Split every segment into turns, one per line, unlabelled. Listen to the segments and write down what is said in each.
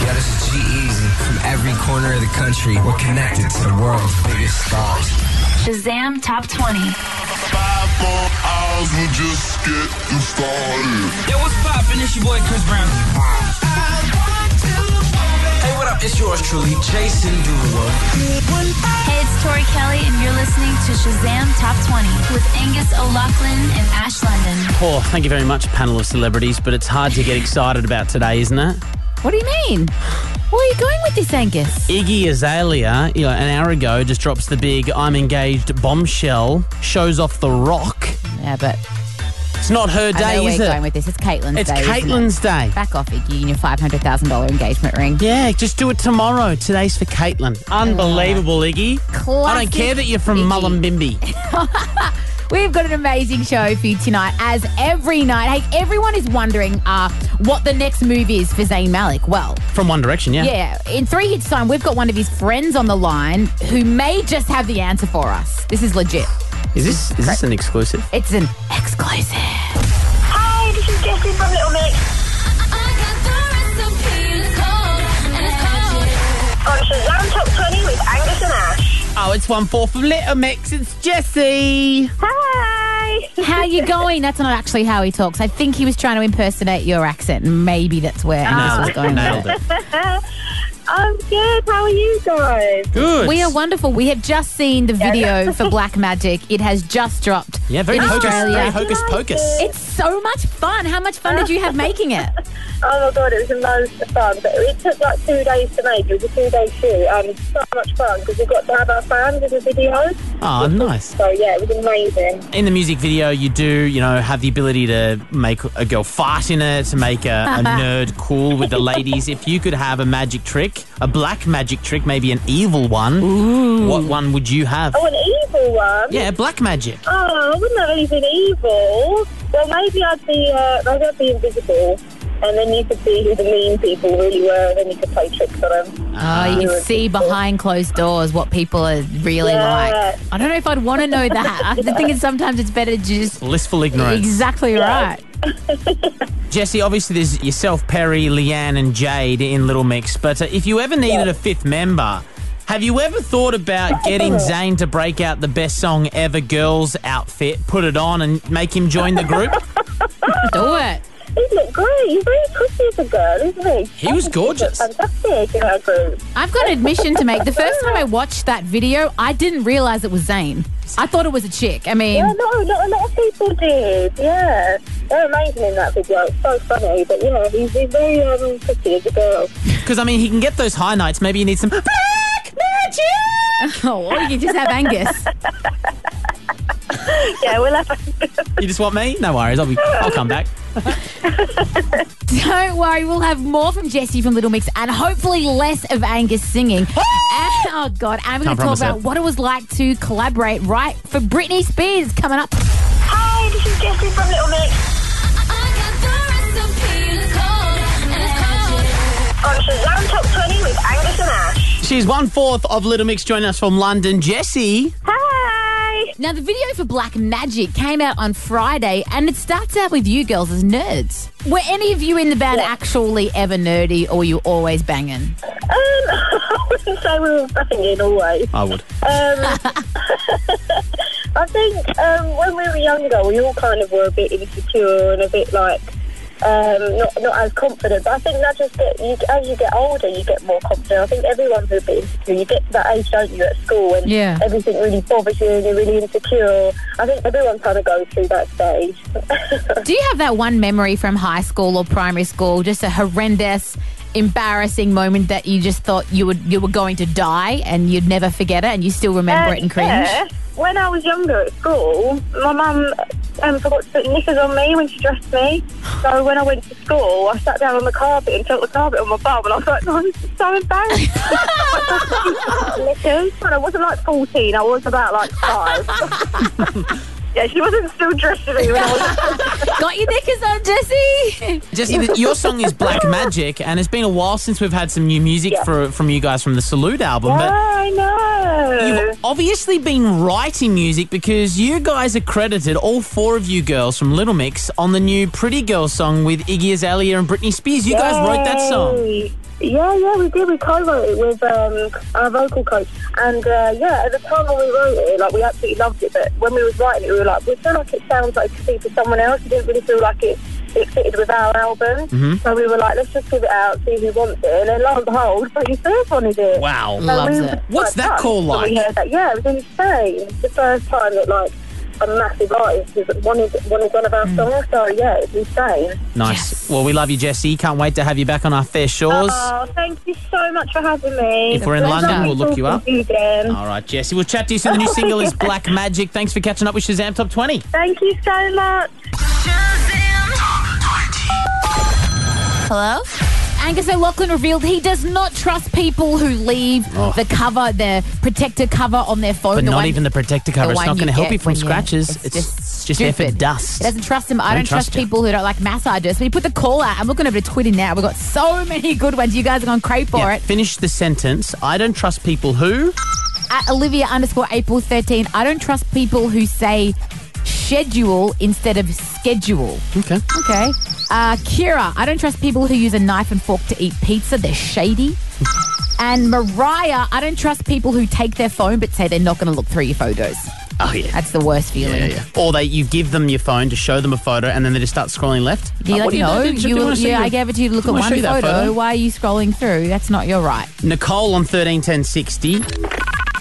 G Easy. From every corner of the country, we're connected to the world's biggest stars.
Shazam Top 20.
Five more hours, we'll just get you started.
Yo, what's poppin'? It's your boy Chris Brown. Hey, what up? It's yours truly, Jason Derulo.
Hey, it's Tori Kelly, and you're listening to Shazam Top 20 with Angus O'Loughlin and Ash London.
Oh, thank you very much, panel of celebrities, but it's hard to get excited about today, isn't it?
What do you mean? Where are you going with this, Angus?
Iggy Azalea, you know, an hour ago, just drops the big I'm engaged bombshell, shows off The Rock.
Yeah, but
It's not her
I know
day,
where
is
you're going
it?
with this. It's Caitlin's
It's
day. isn't it?
Caitlin's day.
Back off, Iggy, and your five hundred thousand dollar engagement ring.
Yeah, just do it tomorrow. Today's for Caitlin. Unbelievable, Iggy. I don't
Classic
care that you're from
Iggy.
Mullumbimby.
We've got an amazing show for you tonight, as every night. Hey, everyone is wondering uh, what the next move is for Zayn Malik. Well,
From One Direction, yeah.
yeah, in three hits time, we've got one of his friends on the line who may just have the answer for us. This is legit.
Is this is this an exclusive?
It's an exclusive.
Hi, this is Jessie from Little Mix on Shazam Top 20 with Angus and Ash.
Oh, it's one four from Little Mix. It's Jesse.
Hi.
How you going? That's not actually how he talks. I think he was trying to impersonate your accent. and Maybe that's where Angus was Ah, going.
Nailed
with it.
it.
I'm good. How are you guys?
Good.
We are wonderful. We have just seen the video for Black Magic. It has just dropped
yeah, very
in
hocus,
Australia.
very hocus pocus.
It's so much fun. How much fun did you have making it?
Oh my god, it was the most fun. But it took like two days to make. It was a two-day shoot, and it was so much fun because we got to have our fans in the video.
Oh, nice.
So yeah, it was amazing.
In the music video, you do, you know, have the ability to make a girl fart in it, to make a, a nerd cool with the ladies. If you could have a magic trick, a black magic trick, maybe an evil one, what one would you have?
Oh, an evil one.
Yeah, black magic.
Oh, I wouldn't have anything evil. Well, maybe I'd be, uh, maybe I'd be invisible, and then you could see who the mean people really were, and then you could play tricks on them.
Oh, you can see behind closed doors what people are really
Yeah.
like. I don't know if I'd want to know that. I think it's sometimes it's better to just
Blissful ignorance.
exactly right.
Jesse, obviously there's yourself, Perry, Leanne, and Jade in Little Mix, but uh, if you ever needed a fifth member, have you ever thought about getting Zayn to break out the best song ever, girls outfit, put it on, and make him join the group?
Do it.
He looked great. He's very pretty as a girl, isn't he?
He was gorgeous.
Fantastic in our group.
I've got an admission to make. The first time I watched that video, I didn't realize it was Zayn. I thought it was a chick. I mean,
Yeah, no, not a lot of people did. Yeah, they're amazing in that video. It's so funny, but yeah, he's, he's very um, pretty as a girl.
Because, I mean, he can get those high nights. Maybe you need some.
oh, or you just have Angus.
Yeah, we'll have.
You just want me? No worries, I'll, be, I'll come back.
Don't worry, we'll have more from Jesse from Little Mix and hopefully less of Angus singing. And- oh, God. And
Can't
we're going to talk
promise
about
it.
what it was like to collaborate right for Britney Spears coming up.
Hi, this is Jessie from Little Mix on Shazam Top 20 with Angus and Ash.
She's one fourth of Little Mix joining us from London. Jesse,
Hi.
Now, the video for Black Magic came out on Friday and it starts out with you girls as nerds. Were any of you in the band actually ever nerdy or were you always banging?
Um, I wouldn't say we were banging always.
I would.
Um, I think um, when we were younger, we all kind of were a bit insecure and a bit like um, not not as confident. But I think that just get you, as you get older, you get more confident. I think everyone's a bit insecure. You get to that age, don't you, at school, and
Yeah.
everything really bothers you and you're really insecure. I think everyone kind of goes through that stage.
Do you have that one memory from high school or primary school, just a horrendous, embarrassing moment that you just thought you would you were going to die and you'd never forget it and you still remember
Uh,
it and cringe?
yeah. When I was younger at school, my mum um, forgot to put knickers on me when she dressed me. So when I went to school, I sat down on the carpet and felt the carpet on my bum, and I was like, "No, this is so embarrassing." knickers. But I wasn't like 14. I was about like five. yeah, she wasn't still dressing me when I was.
Got your knickers on, Jesse.
Jesse, th- your song is Black Magic, and it's been a while since we've had some new music
Yeah.
for, from you guys from the Salute album, but.
I know.
You've obviously been writing music because you guys are credited, all four of you girls from Little Mix, on the new Pretty Girl song with Iggy Azalea and Britney Spears. You guys wrote that song.
Yay. Yeah, yeah, we did. We co-wrote it with um, our vocal coach, and uh, yeah, at the time when we wrote it, like we absolutely loved it. But when we was writing it, we were like, we feel like it sounds like to be for someone else. We didn't really feel like it it fitted with our album.
Mm-hmm.
So we were like, let's just give it out, see who wants it, and then lo and behold, Britney Spears wanted it.
Wow.
So
Loves
we were
it.
What's that
"Oh,"
call
when we
like?
heard that. Yeah, it was insane. It was the first time that like a massive artist has wanted wanted one of
Mm.
our songs. So yeah, it's insane.
Nice.
Yes.
Well, we love you, Jesse. Can't wait to have you back on our fair shores.
Oh, thank you so much for having me.
If we're in
It's
London,
lovely
we'll look you
talking
up.
to again.
All right, Jesse. We'll chat to you soon. The new single is Black Magic. Thanks for catching up with Shazam Top 20.
Thank you so much.
Hello?
Angus O'Loughlin revealed he does not trust people who leave
Oh.
the cover, the protector cover on their phone.
But
the
not
one-
even the protector
the
cover. It's
one
not going to
you
help
get
you from
when you-
scratches.
it's
It's,
just
it's just there for
stupid.
dust.
He doesn't trust him. I don't, trust,
trust him.
people who don't like massages. We put the call out. I'm looking over to Twitter now. We've got so many good ones. You guys are going crave for
Yeah,
it.
Finish the sentence. I don't trust people who.
At Olivia underscore April 13, I don't trust people who say schedule instead of schedule.
Okay.
Okay. Uh, Kira, I don't trust people who use a knife and fork to eat pizza. They're shady. And Mariah, I don't trust people who take their phone but say they're not going to look through your photos.
Oh yeah.
That's the worst feeling.
yeah, yeah. Or they you give them your phone to show them a photo and then they just start scrolling left.
Do you
Like, what
like, no,
doing? Did
you
do you
will-
wanna see
yeah,
your-
I gave it to you to look
Do
at
you wanna
one
show you
photo.
that photo?
Why are you scrolling through? That's not your right.
Nicole on thirteen ten sixty.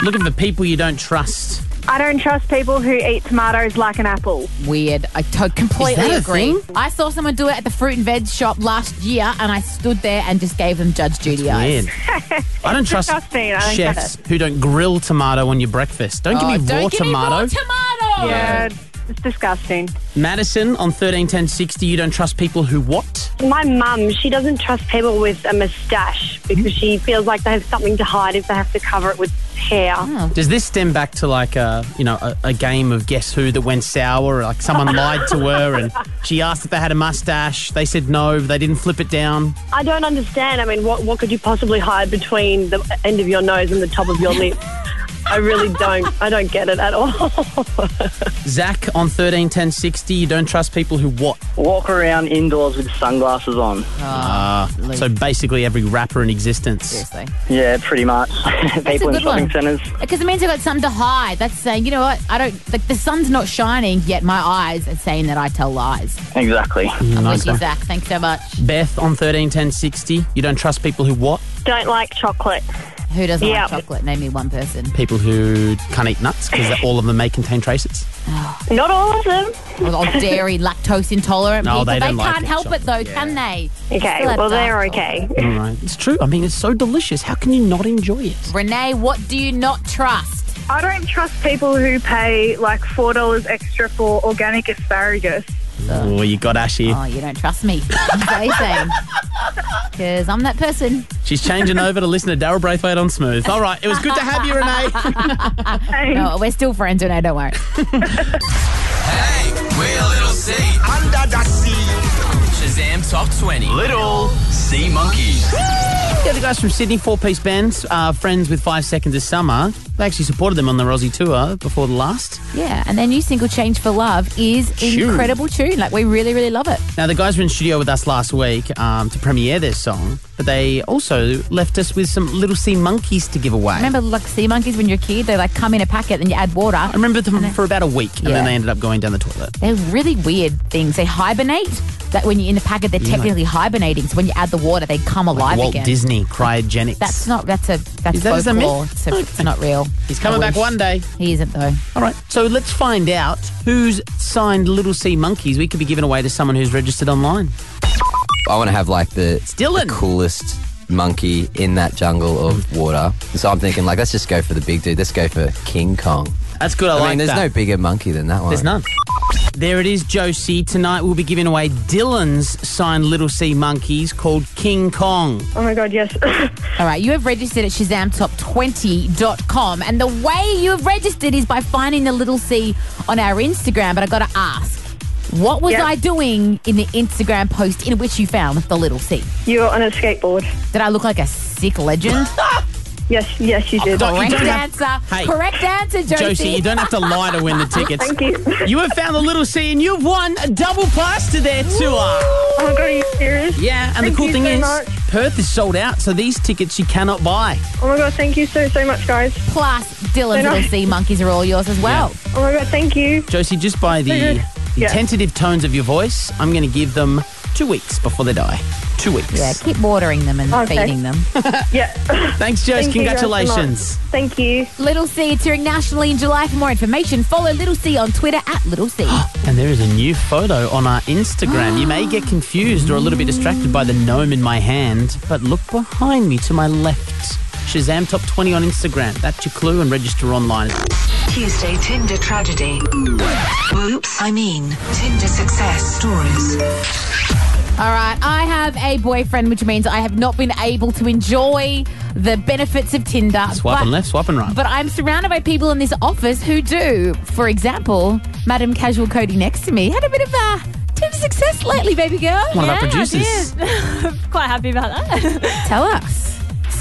Looking for people you don't trust.
I don't trust people who eat tomatoes like an apple.
Weird. I to- completely
Is that a
agree.
thing?
I saw someone do it at the fruit and veg shop last year, and I stood there and just gave them Judge Judy eyes.
Weird. I don't trust
disgusting. I don't
chefs who don't grill tomato on your breakfast. Don't
Oh,
give me
don't
raw
give me
tomato.
raw tomato.
Yeah, it's disgusting.
Madison on thirteen ten sixty. You don't trust people who what?
My mum, she doesn't trust people with a moustache because she feels like they have something to hide if they have to cover it with hair.
Oh.
Does this stem back to like a you know a, a game of guess who that went sour? Or like someone lied to her and she asked if they had a mustache. They said no. They didn't flip it down.
I don't understand. I mean, what, what could you possibly hide between the end of your nose and the top of your lip? I really don't. I don't get it at all.
Zach on thirteen ten sixty. You don't trust people who what?
Walk around indoors with sunglasses on.
So basically every rapper in existence.
Seriously.
Yeah, pretty much.
That's a
People in
good
shopping
one.
centres.
Because it means I've got something to hide. That's saying, you know what? I don't, like, the sun's not shining, yet my eyes are saying that I tell lies.
Exactly.
I'm
Mm, Nice
with you,
one.
Zach. Thanks so much.
Beth on thirteen ten sixty. You don't trust people who what?
don't like chocolate.
Who doesn't
Yeah.
like chocolate? Name me one person.
People who can't eat nuts because all of them may contain traces.
Not all of them.
Or, or dairy, lactose intolerant
No,
people.
they don't like
can't
that
help
chocolate.
it, though, can they?
Okay,
Still have
well, they're
dark
okay.
All right, it's true. I mean, it's so delicious. How can you not enjoy it?
Renee, what do you not trust?
I don't trust people who pay like four dollars extra for organic asparagus.
Oh, you got Ash here.
Oh, you don't trust me. Because I'm that person.
She's changing over to listen to Daryl Braithwaite on Smooth. All right, it was good to have you, Renee.
No, Oh, we're still friends, Renee. Don't worry.
Hey, we're Little C. Under the sea. Shazam Top 20. Little Sea Monkeys.
yeah, the guys from Sydney, four piece band, uh, friends with five seconds of summer. They actually supported them on the Rosie tour before the last.
Yeah, and their new single, Change for Love, is
Tune.
incredible tune. Like, we really, really love it.
Now, the guys were in studio with us last week um, to premiere their song, but they also left us with some Little Sea Monkeys to give away.
Remember, like sea monkeys when you're a kid, they like come in a packet and you add water.
I remember them for about a week, and
Yeah.
then they ended up going down the toilet.
They're really weird things. They hibernate. That when you're in the packet, they're technically hibernating. So when you add the water, they come alive
Walt
again.
Disney cryogenics.
That's not. That's a. That's
Is that- is that
folklore.
myth?
It's, a- it's not real.
He's coming
I
back
wish.
one day.
He isn't though.
All right, so let's find out who's signed Little Sea Monkeys. We could be giving away to someone who's registered online.
I want to have like the,
Dylan.
the coolest monkey in that jungle of water. So I'm thinking like, let's just go for the big dude. Let's go for King Kong.
That's good. I,
I
like
mean, there's
that.
no bigger monkey than that one.
There's none. There it is, Josie. Tonight we'll be giving away Dylan's signed Little Sea Monkeys called King Kong.
Oh my god, yes.
All right, you have registered at ShazamTop20.com, and the way you have registered is by finding the little C on our Instagram. But I got to ask, what was
Yep.
I doing in the Instagram post in which you found the little C?
You're on a skateboard.
Did I look like a sick legend?
Yes, yes, you did.
Don't- you
Correct
don't have-
answer.
Hey.
Correct answer, Josie.
Josie, you don't have to lie to win the tickets.
Thank you.
You have found the little C and you've won a double pass to their tour.
Oh my god, are you serious?
Yeah, and the
Thank
cool
you
thing
so
is,
much.
Perth is sold out, so these tickets you cannot buy.
Oh my god, thank you so so much, guys.
Plus, Dylan's
They're not-
little sea monkeys are all yours as well.
Oh my god, thank you.
Josie, just by the,
Okay.
the
Yeah.
tentative tones of your voice, I'm going to give them two weeks before they die. Two weeks.
Yeah, keep watering them and
Okay.
feeding them.
Yeah.
Thanks, Josie.
Thank you guys so much.
Congratulations.
Thank you.
Little C is touring nationally in July. For more information, follow Little C on Twitter at Little C.
And there is a new photo on our Instagram. You may get confused or a little bit distracted by the gnome in my hand, but look behind me to my left. Shazam Top 20 on Instagram. That's your clue and register online.
Tuesday Tinder tragedy. Whoops, I mean Tinder success stories.
All right, I have a boyfriend, which means I have not been able to enjoy the benefits of Tinder.
Swipe
but,
and left, swipe and right.
But I'm surrounded by people in this office who do. For example, Madam Casual Cody next to me had a bit of a Tinder success lately, baby girl.
One of our
Yeah, I
producers.
did. Quite happy about that.
Tell us.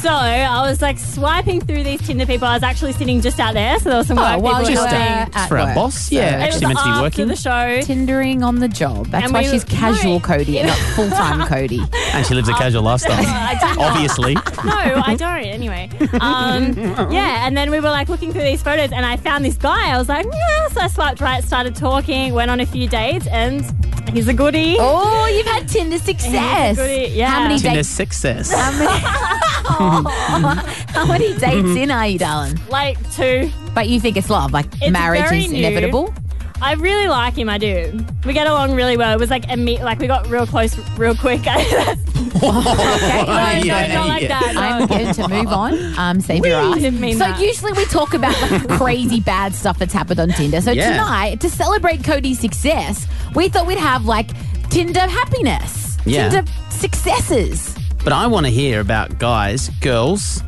so I was like swiping through these Tinder people. I was actually sitting just out there, so there was some
Oh,
white
while
people
you were
helping.
at
uh, It's for our
work.
boss. Yeah,
It was
actually meant to be
after
working.
the show.
Tindering on the job. That's
And
why
we-
she's casual
no.
Cody, not full time Cody.
and she lives a casual lifestyle.
I did not.
Obviously.
No, I don't. Anyway, um, yeah, and then we were like looking through these photos, and I found this guy. I was like, yeah. So I swiped right, started talking, went on a few dates, and he's a goodie.
Oh, you've had Tinder success.
He's a goodie, yeah.
How many
Tinder
dates?
success.
How many, how many dates
Mm-hmm.
in are you, darling?
Like two.
But you think it's love, like
It's
marriage
very
is
new.
inevitable.
I really like him. I do. We get along really well. It was like a meet. Like we got real close, real quick. That's- no, no, not like that. No.
I'm going to move on. Um, save your
Whee!
ass.
Didn't mean
so
that.
usually we talk about the crazy bad stuff that's happened on Tinder. So
Yeah.
tonight, to celebrate Cody's success, we thought we'd have like Tinder happiness,
Yeah.
Tinder successes.
But I want to hear about guys, girls,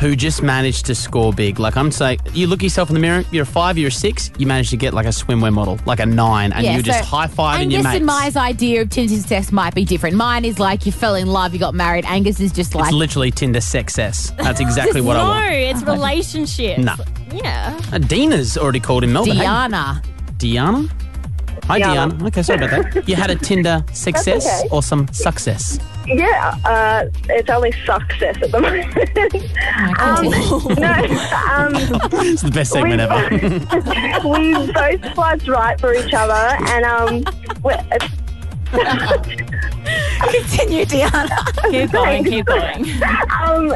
who just managed to score big. Like I'm saying, you look yourself in the mirror. You're a five, you're a six. You managed to get like a swimwear model, like a nine, and you're just high fiving your
Angus
mates.
and my idea of Tinder success might be different. Mine is like you fell in love, you got married. Angus is just like
it's literally Tinder success. That's exactly what I
no,
want.
it's relationships.
No.
Yeah.
Uh, Dina's already called in Melbourne. Hey,
Diana.
Diana. Hi,
Diana.
Diana. Okay, sorry about that. You had a Tinder success
okay.
or some success?
Yeah, uh, it's only success at the moment. um, no, um,
It's the best segment ever.
we both slides right for each other, and um, we're, it's
Continue, Diana.
Keep going. Keep going.
Um,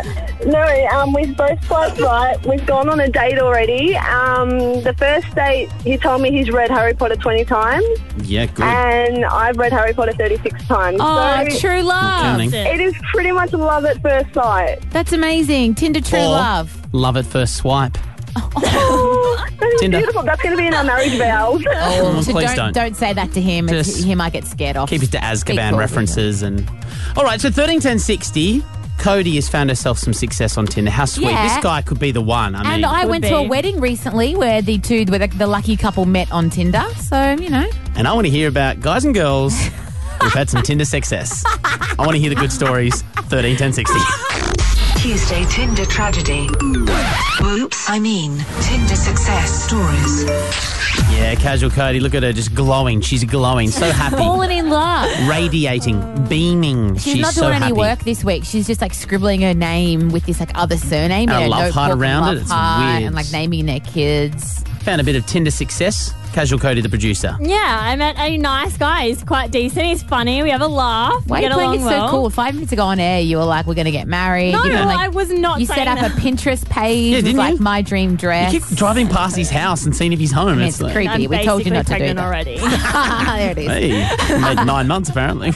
no, um, we've both swiped right. We've gone on a date already. Um, the first date, he told me he's read Harry Potter 20 times,
Yeah,
Mm.
good.
and I've read Harry Potter 36 times.
Oh,
so
true love.
Counting.
it is pretty much love at first sight.
That's amazing. Tinder true
Or-
love.
Love at first swipe.
That is
Tinder.
beautiful. That's going to be in our marriage vows.
Oh,
Mm,
so
please
don't,
don't.
don't say that to him. It's,
Just
he might get scared off.
Keep it to
Speak
Azkaban
for
references and. All right, so thirteen ten sixty. Cody has found herself some success on Tinder. How sweet!
Yeah.
This guy could be the one. I mean,
And I
Could
went to a
be.
wedding recently where the two, where the, the lucky couple met on Tinder. So you know,
and I want to hear about guys and girls who've had some Tinder success. I want to hear the good stories. Thirteen ten sixty.
Tuesday Tinder tragedy. Whoops, I mean Tinder success stories.
Yeah, casual Cody. Look at her, just glowing. She's glowing, so happy,
falling in love.
radiating, beaming.
She's, not
so
doing
happy.
any work this week. She's just like scribbling her name with this like other
And
surname
a
in her
love heart
notebook,
around
love
it. It's
heart,
weird.
and like naming their kids.
Found a bit of Tinder success. Casual Cody, the producer.
Yeah, I met a nice guy. He's quite decent. He's funny. We have a laugh.
Why
we
are you
get
playing
along
it so
well.
cool? Five minutes ago on air, you were like, "We're going to get married."
No,
you know, like,
I was not.
You set
saying
up
that.
a Pinterest page
Yeah,
with
didn't
like
you?
my dream
You
dress.
keep driving past his house and seeing if he's home.
it's
like,
creepy.
I'm
We told you not to do
basically pregnant
that.
already.
there it is.
hey, made nine months apparently.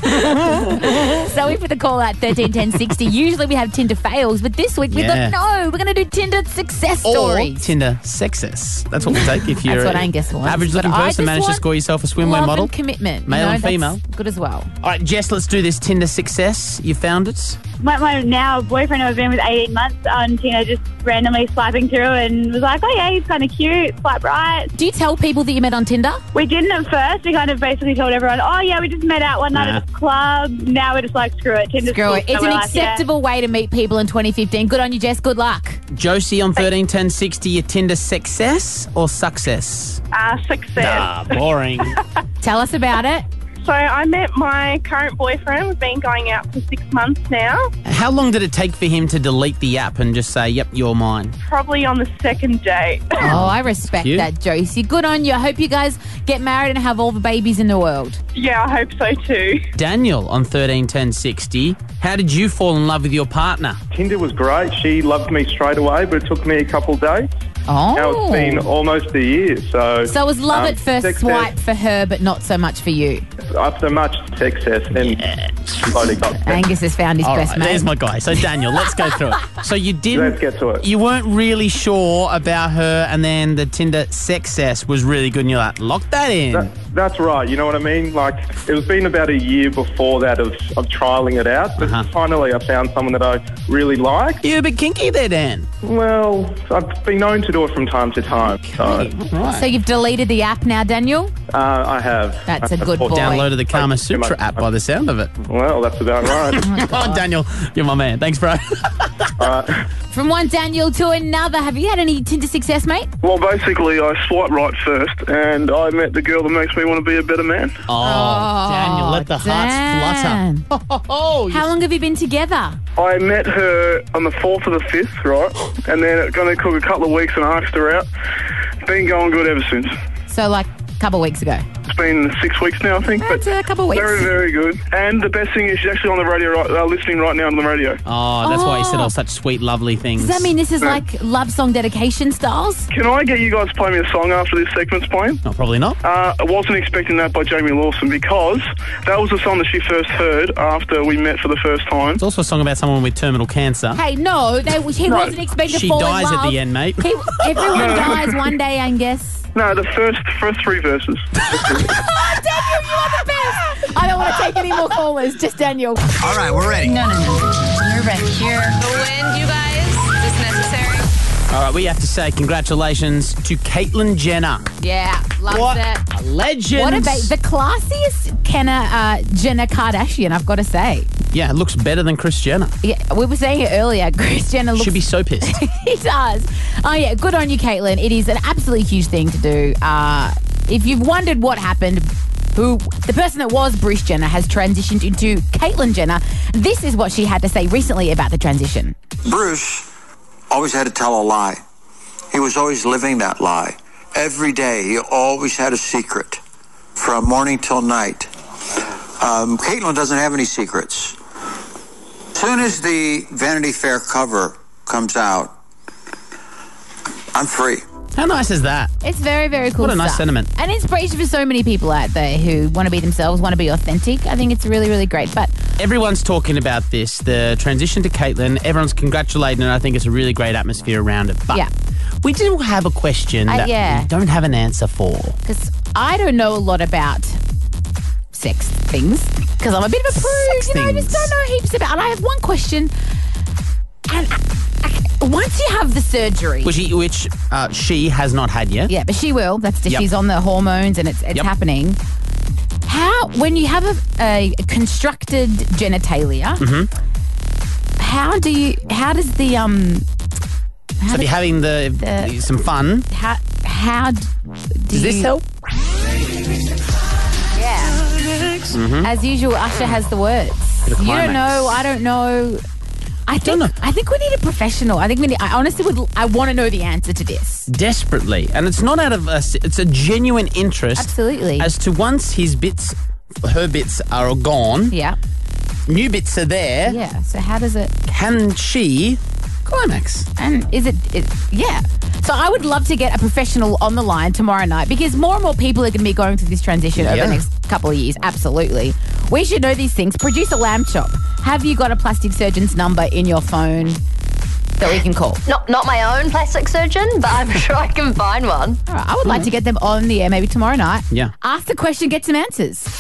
So we put the call out 131060. Usually we have Tinder fails, but this week we
Yeah.
thought, no, we're going to do Tinder success
Or
stories.
Tinder sexes. That's what we take if you're
what Angus wants.
average average looking
I
person
just
managed to
want
score yourself a swimwear
love
model?
and commitment.
Male
you know,
and
that's
female.
Good as well.
All right, Jess, let's do this Tinder success. You found it.
My, my now boyfriend who I've been with 18 months on Tinder just randomly swiping through and was like, oh yeah, he's kind of cute, swipe right.
Do you tell people that you met on Tinder?
We didn't at first. We kind of basically told everyone, oh yeah, we just met out one night
Nah.
at a club. Now we're just like, screw it, Tinder's
Screw
cool.
it.
So
It's
we're
an
like, yeah.
acceptable way to meet people in 2015. Good on you, Jess. Good luck.
Josie on 13, 10, 60, your Tinder success or success?
Uh, success.
Nah, boring.
Tell us about it.
So I met my current boyfriend. We've been going out for six months now.
How long did it take for him to delete the app and just say, yep, you're mine?
Probably on the second date.
Oh, I respect
Cute.
that, Josie. Good on you. I hope you guys get married and have all the babies in the world.
Yeah, I hope so too.
Daniel on 13, 10, 60, how did you fall in love with your partner?
Tinder was great. She loved me straight away, but it took me a couple of days.
Oh.
Now it's been almost a year. So,
So it was love
um,
at first
success-
swipe for her, but not so much for you.
After much success, then slowly got there.
Angus has found his
All
best
right,
mate.
there's my guy. So, Daniel, let's go through it. So, you didn't.
Let's get to it.
You weren't really sure about her, and then the Tinder success was really good, and you're like, lock that in.
That- that's right. You know what I mean? Like it was been about a year before that of, of trialing it out, but finally I found someone that I really like.
You're a bit kinky there, Dan.
Well, I've been known to do it from time to time. So,
So you've deleted the app now, Daniel?
uh, I have.
That's a good boy.
Downloaded the Kama Sutra app by the sound of it.
Well, that's about right.
oh, Daniel, you're my man. Thanks, bro.
Oh, From one Daniel to another. Have you had any Tinder success, mate?
Well, basically, I swipe right first, and I met the girl that makes me want to be a better man.
Oh, Daniel, let the hearts flutter.
Oh, How long have you been together?
I met her on the 4th or the 5th, right? And then it going to took a couple of weeks and I asked her out. Been going good ever since.
So like a couple of weeks ago.
It's been six weeks now, I think. That's
a couple of
weeks. Very, very good. And the best thing is she's actually on the radio, right, uh, listening right now on the radio.
Oh, that's why he said
Oh.
all such sweet, lovely things.
Does that mean this is like love song dedication styles?
Can I get you guys to play me a song after this segment's playing?
No, probably not.
Uh, I wasn't expecting that by Jamie Lawson because that was the song that she first heard after we met for the first time.
It's also a song about someone with terminal cancer.
Hey, no, they, he
No.
wasn't expected
she
to fall
dies
in love.
at the end, mate.
He, everyone dies one day, Angus.
No, the first first three verses.
Daniel, you are the best. I don't want to take any more callers. Just Daniel. All
right, we're ready.
No, no, no. We're ready. Here.
The wind, you guys, is necessary.
All right, we have to say congratulations to Caitlyn Jenner.
Yeah, loves
What
it.
a legend.
What a ba- the classiest Kenna uh, Jenna Kardashian, I've got to say.
Yeah, it looks better than Chris Jenner.
Yeah, we were saying it earlier. Chris Jenner looks
Should be so pissed.
he does. Oh yeah, good on you, Caitlin. It is an absolutely huge thing to do. Uh, if you've wondered what happened, who the person that was Bruce Jenner has transitioned into Caitlyn Jenner. This is what she had to say recently about the transition.
Bruce always had to tell a lie. He was always living that lie. Every day, he always had a secret from morning till night. Um, Caitlin doesn't have any secrets. Soon as the Vanity Fair cover comes out, I'm free.
How nice is that?
It's very, very cool.
What a nice
stuff.
sentiment.
And inspiration for so many people out there who want to be themselves, want to be authentic. I think it's really, really great. But
Everyone's talking about this, the transition to Caitlyn. Everyone's congratulating her. I think it's a really great atmosphere around it. But
Yeah.
we do have a question
Uh,
that
yeah.
we don't have an answer for.
because I don't know a lot about sex things because I'm a bit of a prude. you know, I just don't know heaps about. And I have one question. And I, I, once you have the surgery,
Which, he- which uh, she has not had yet.
yeah, but she will. That's
Yep.
she's on the hormones and it's it's
Yep.
happening. How when you have a, a constructed genitalia,
Mm-hmm.
how do you? How does the um? How
So if
do-
you're having the, some fun,
How how d- do
Does this
you-
help?
Yeah.
Mhm.
As usual, Usher has the words.
Bit of
You
climax.
don't know. I don't know. I think I think we need a professional. I think we need. I honestly would. l- I want to know the answer to this.
desperately, and it's not out of us. It's a genuine interest.
Absolutely.
As to once his bits, her bits are gone.
Yeah.
New bits are there.
Yeah. So how does it?
Can she climax?
And is it? it yeah. So I would love to get a professional on the line tomorrow night because more and more people are going to be going through this transition over
Yeah.
the next couple of years. Absolutely. We should know these things. Produce a lamb chop. Have you got a plastic surgeon's number in your phone? that we can call?
Not not my own plastic surgeon, but I'm sure I can find one.
I would like to get them on the air maybe tomorrow night.
Yeah.
Ask the question, get some answers.